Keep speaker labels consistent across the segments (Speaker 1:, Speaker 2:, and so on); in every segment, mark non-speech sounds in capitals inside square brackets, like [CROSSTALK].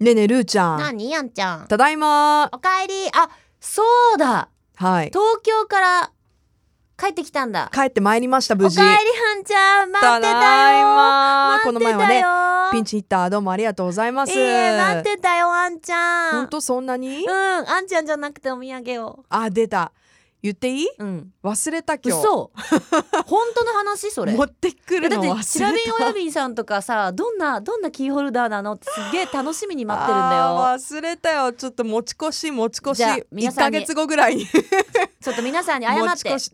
Speaker 1: ねえねえルーちゃ
Speaker 2: なんにやんちゃん
Speaker 1: ただいま
Speaker 2: おかえりあそうだ
Speaker 1: はい
Speaker 2: 東京から帰ってきたんだ
Speaker 1: 帰ってまいりました
Speaker 2: おか
Speaker 1: 無
Speaker 2: えり
Speaker 1: 事
Speaker 2: はんちゃん待ってたよ
Speaker 1: だいまこ
Speaker 2: 待
Speaker 1: の前
Speaker 2: って
Speaker 1: は
Speaker 2: た
Speaker 1: ね
Speaker 2: よ
Speaker 1: ピンチヒッターどうもありがとうございます
Speaker 2: いいえ待ってたよあんちゃ
Speaker 1: 本
Speaker 2: ん
Speaker 1: 当そんなに
Speaker 2: うんあんちゃんじゃなくてお土産を
Speaker 1: あ出た言っていい
Speaker 2: うん
Speaker 1: 忘れた今日 [LAUGHS]
Speaker 2: 嘘本当の話それ
Speaker 1: 持ってく
Speaker 2: え
Speaker 1: る
Speaker 2: だっ
Speaker 1: の
Speaker 2: て
Speaker 1: 忘
Speaker 2: 調べん
Speaker 1: れた
Speaker 2: およびんさんとかさどんなどんなキーホルダーなのってすげえ楽しみに待ってるんだよ
Speaker 1: あー忘れたよちょっと持ち越し持ち越し
Speaker 2: じゃあ
Speaker 1: 一
Speaker 2: 皆
Speaker 1: ヶ
Speaker 2: さんに
Speaker 1: 月後ぐらいに
Speaker 2: ちょっと皆さんに謝
Speaker 1: 持
Speaker 2: っ
Speaker 1: ち
Speaker 2: て
Speaker 1: 越し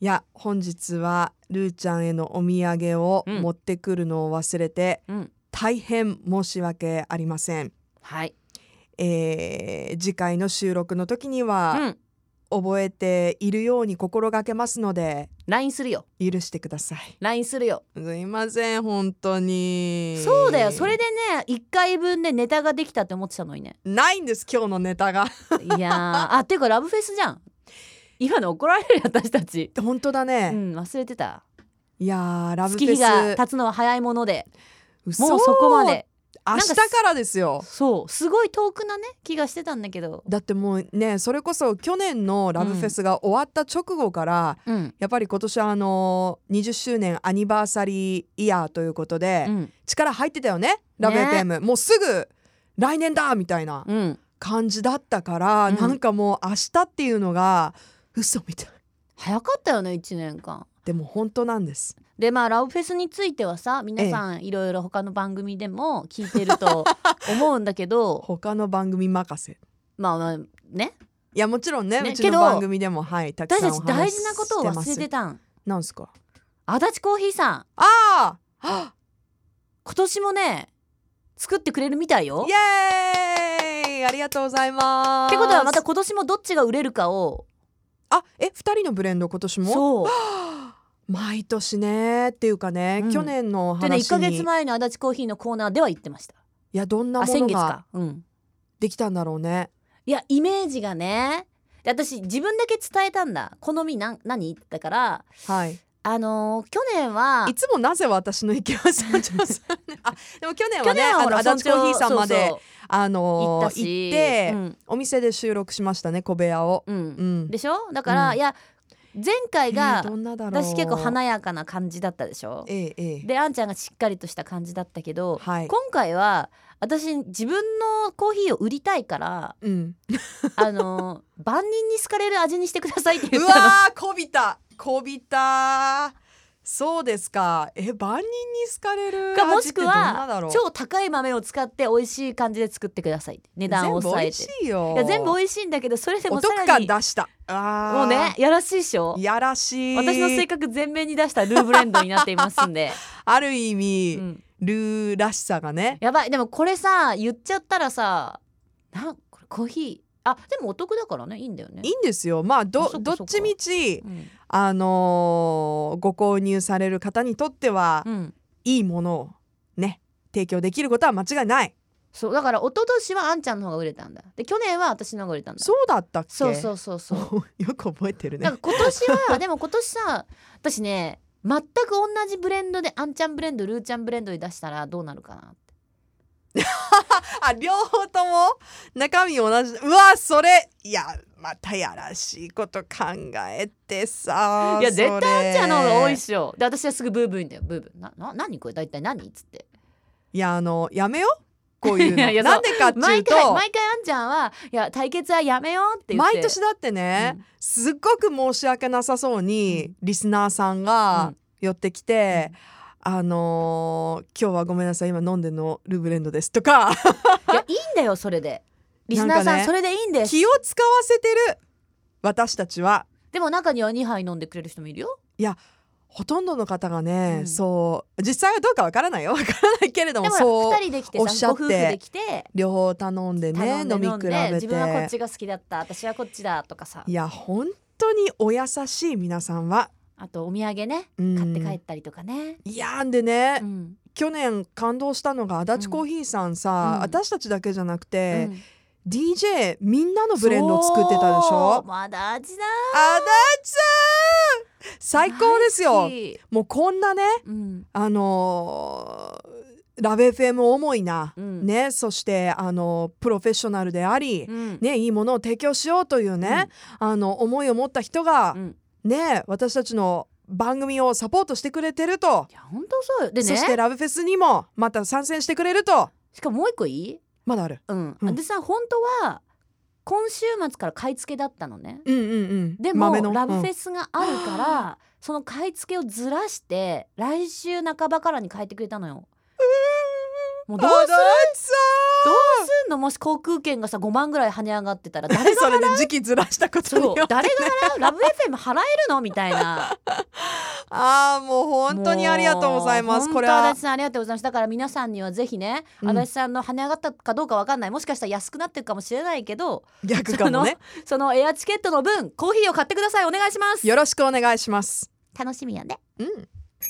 Speaker 1: いや本日はルーちゃんへのお土産を
Speaker 2: うん
Speaker 1: 持ってくるのを忘れて、
Speaker 2: うん
Speaker 1: 大変申し訳ありません、
Speaker 2: はい
Speaker 1: えー次回の収録の時に
Speaker 2: う
Speaker 1: は、
Speaker 2: ん
Speaker 1: 覚えているように心がけますので
Speaker 2: LINE するよ
Speaker 1: 許してください
Speaker 2: LINE するよ
Speaker 1: すいません本当に
Speaker 2: そうだよそれでね1回分でネタができたって思ってたのにね
Speaker 1: ないんです今日のネタが
Speaker 2: いやーあていうかラブフェスじゃん今の怒られるよ私たち
Speaker 1: [LAUGHS] 本当だ
Speaker 2: う
Speaker 1: ね、
Speaker 2: ん忘れてた
Speaker 1: いやーラブフ
Speaker 2: 月
Speaker 1: ェ
Speaker 2: 日が
Speaker 1: ス
Speaker 2: 経つのは早いもので
Speaker 1: 嘘
Speaker 2: もうそこまで
Speaker 1: 明
Speaker 2: んか
Speaker 1: 日からですよ
Speaker 2: そうすごい遠くなね気がしてたんだけど
Speaker 1: だってもうねそれこそ去年のラブフェスが終わった直後から、
Speaker 2: うん
Speaker 1: やっぱり今年はあのー20周年アニバーサリーイヤーということで、
Speaker 2: うん
Speaker 1: 力入ってたよねラブ FM、もうすぐ来年だみたいな
Speaker 2: うん
Speaker 1: 感じだったから、
Speaker 2: うん
Speaker 1: なんかもう明日っていうのが嘘みたい
Speaker 2: 早かったよね1年間
Speaker 1: でも本当なんです
Speaker 2: でまあラブフェスについてはさ皆さんいろいろ他の番組でも聞いてると [LAUGHS] 思うんだけど
Speaker 1: 他の番組任せ
Speaker 2: まあまあね
Speaker 1: いやもちろんね
Speaker 2: ね
Speaker 1: うち
Speaker 2: けど
Speaker 1: の番組でもはいたく
Speaker 2: 私
Speaker 1: さん
Speaker 2: た
Speaker 1: お
Speaker 2: ち
Speaker 1: 話
Speaker 2: 大
Speaker 1: し
Speaker 2: 事なことを忘れ
Speaker 1: してます
Speaker 2: たん
Speaker 1: なんすか
Speaker 2: 足立コーヒーさん
Speaker 1: ああ
Speaker 2: 今年もね作ってくれるみたいよ
Speaker 1: イ。エーイありがとうございます
Speaker 2: ってことはまた今年もどっちが売れるかを
Speaker 1: あえ二人のブレンド今年も
Speaker 2: そう
Speaker 1: [GASPS] 毎年ねっていうかね、
Speaker 2: うん
Speaker 1: 去年の話
Speaker 2: で
Speaker 1: に、
Speaker 2: ね1か月前の足立コーヒーのコーナーでは言ってました。
Speaker 1: いやどんな
Speaker 2: あ
Speaker 1: も
Speaker 2: 先
Speaker 1: の
Speaker 2: 月
Speaker 1: が
Speaker 2: か。うん、
Speaker 1: できたんだろうね
Speaker 2: いやイメージがねで私自分だけ伝えたんだ好みなん何だから
Speaker 1: はい
Speaker 2: あのー去年はい
Speaker 1: つもなぜ私の意見はそうじゃん [LAUGHS] あでも去年はね
Speaker 2: は
Speaker 1: あの
Speaker 2: ほら
Speaker 1: 足立コーヒーさんまで
Speaker 2: そう
Speaker 1: あ
Speaker 2: そう行
Speaker 1: の
Speaker 2: った
Speaker 1: ー行
Speaker 2: し
Speaker 1: って、
Speaker 2: うん
Speaker 1: お店で収録しましたね小部屋を、
Speaker 2: う
Speaker 1: うんん、
Speaker 2: でしょだから、
Speaker 1: うん
Speaker 2: いや前回が
Speaker 1: えーどんなだろう
Speaker 2: 私結構華やかな感じだったでしょ
Speaker 1: ええええ
Speaker 2: であんちゃんがしっかりとした感じだったけど、
Speaker 1: はい
Speaker 2: 今回は私自分のコーヒーを売りたい
Speaker 1: [LAUGHS]
Speaker 2: から
Speaker 1: うん、
Speaker 2: あの万人に好かれる味にしてくださいって言
Speaker 1: う
Speaker 2: っ
Speaker 1: わ
Speaker 2: たの
Speaker 1: ーこびたこびたそうですかえ万人に好かれる
Speaker 2: かも
Speaker 1: 味
Speaker 2: し
Speaker 1: って
Speaker 2: く
Speaker 1: どんなだ
Speaker 2: は
Speaker 1: ろう
Speaker 2: 超高い豆を使って美味しい感じで作ってくださいって値段を
Speaker 1: 全部
Speaker 2: 抑
Speaker 1: 美
Speaker 2: え
Speaker 1: 味
Speaker 2: て
Speaker 1: しいよ
Speaker 2: いや全部美味しいんだけどそれで
Speaker 1: お
Speaker 2: も
Speaker 1: 得
Speaker 2: さら
Speaker 1: 感
Speaker 2: に
Speaker 1: 出したあー
Speaker 2: もうねやらしいでしょ
Speaker 1: やらしい
Speaker 2: 私の性格全面に出したルーブレンドになっています
Speaker 1: [LAUGHS]
Speaker 2: んで、
Speaker 1: ある意味、
Speaker 2: うん
Speaker 1: ルーらしさがね
Speaker 2: やばいでもこれさ言っちゃったらさなんこれコーヒーあでもお得だからねいいんだよね
Speaker 1: いいんですよまあ
Speaker 2: あ
Speaker 1: ど
Speaker 2: そっか
Speaker 1: どっ
Speaker 2: そっか
Speaker 1: ちみち
Speaker 2: うん
Speaker 1: あのーご購入される方にとっては、
Speaker 2: うん
Speaker 1: いいものをね提供できることは間違いない
Speaker 2: そうだから一昨年はあんちゃんの方が売れたんだで去年は私の方が売れたんだ
Speaker 1: そうだったっけ
Speaker 2: そうそうそうそ
Speaker 1: [LAUGHS]
Speaker 2: う
Speaker 1: よく覚えてるね
Speaker 2: [LAUGHS] なんか今年はでも今年さ私ね全く同じブレンドであんちゃんブレンドルーちゃんブレンドに出したらどうなるかなって
Speaker 1: あ両方とも中身同じうわそれいやまたやらしいこと考えてさ
Speaker 2: いや絶
Speaker 1: 対
Speaker 2: あんちゃんの方が多いっ
Speaker 1: し
Speaker 2: しょで私はすぐブーブー言うんだよブーブーなな何これ大体何っつって
Speaker 1: いやあのやめよこういうの
Speaker 2: [LAUGHS] いやいやそう
Speaker 1: なんでかっていう
Speaker 2: 毎
Speaker 1: と
Speaker 2: 回毎回あんちゃんはいや対決はやめようって言って
Speaker 1: 毎年だってね、
Speaker 2: うん
Speaker 1: すっごく申し訳なさそうにリスナーさん
Speaker 2: う
Speaker 1: が
Speaker 2: ん
Speaker 1: 寄ってきて、あのー今日はごめんなさい今飲んでんのルーブレンドです」とか
Speaker 2: いやいいんだよそれでリスナー
Speaker 1: なん
Speaker 2: さん
Speaker 1: かね
Speaker 2: それでいいん [LAUGHS] です
Speaker 1: 気を使わせてる私たちは
Speaker 2: でも中には2杯飲んでくれる人もいるよ
Speaker 1: ほとんどの方がね、
Speaker 2: うん
Speaker 1: そう実際はどうかわからないよわからないけれど
Speaker 2: で
Speaker 1: も
Speaker 2: も
Speaker 1: そう
Speaker 2: 2人で来て
Speaker 1: おっしゃ
Speaker 2: さ
Speaker 1: って
Speaker 2: ご夫婦で来て
Speaker 1: 両方頼んでね
Speaker 2: 頼んで
Speaker 1: 飲
Speaker 2: 飲
Speaker 1: み
Speaker 2: ん
Speaker 1: 比
Speaker 2: で
Speaker 1: べ
Speaker 2: 自分はこってちが好きだった私はこっちだとかさ
Speaker 1: いや本当にお優しい皆さんは、
Speaker 2: あとお土産ね
Speaker 1: うん
Speaker 2: 買って帰ったりとかね、
Speaker 1: いやんでね、
Speaker 2: うん
Speaker 1: 去年感動したのが足立コーヒーさんさ、
Speaker 2: うん
Speaker 1: 私たちだけじゃなく
Speaker 2: う
Speaker 1: て、
Speaker 2: ん
Speaker 1: DJ みんなのブレンドを作ってたでし
Speaker 2: そう
Speaker 1: ょ
Speaker 2: まだ味だ
Speaker 1: 足立さん最高ですよ
Speaker 2: 大好き
Speaker 1: もうこんなね
Speaker 2: うん
Speaker 1: あのラベ FM 重いな、
Speaker 2: うん
Speaker 1: ねそしてあのプロフェッショナルであり、
Speaker 2: うん
Speaker 1: ね、いいものを提供しようというね、あの思いを持った人が、
Speaker 2: うん
Speaker 1: ね私たちの番組をサポートしてくれてると、
Speaker 2: いや本当そうよで
Speaker 1: そして
Speaker 2: ね
Speaker 1: ラブフェスにもまた参戦してくれると
Speaker 2: しかももう一個いい
Speaker 1: まだある
Speaker 2: うん、
Speaker 1: うん
Speaker 2: でさ本当は今週末から買い付けだったのね
Speaker 1: うんうんうん
Speaker 2: でも
Speaker 1: 豆の
Speaker 2: ラブフ
Speaker 1: うん
Speaker 2: ェスがあるから、その買い付けをずらして来週半ばからに変えてくれたのよもうどうする
Speaker 1: あ
Speaker 2: どうすんのもし航空券がさ5万ぐらい跳ね上がってたら
Speaker 1: だ
Speaker 2: 誰
Speaker 1: い
Speaker 2: が
Speaker 1: [LAUGHS] それで時期ずらしたことによ
Speaker 2: そう
Speaker 1: って
Speaker 2: 誰が払うラブ FM 払えるのみたいな
Speaker 1: ああもう [LAUGHS] 本当にありがとうございます
Speaker 2: もう
Speaker 1: これは
Speaker 2: 本当足立さんありがとうございますだから皆さんにはぜひね、
Speaker 1: うん
Speaker 2: 足立さんの跳ね上がったかどうかわかんないもしかしたら安くなってるかもしれないけど
Speaker 1: 逆かもね
Speaker 2: そのエアチケットの分コーヒーを買ってくださいお願いします
Speaker 1: よろしくお願いします
Speaker 2: 楽しみやね
Speaker 1: うん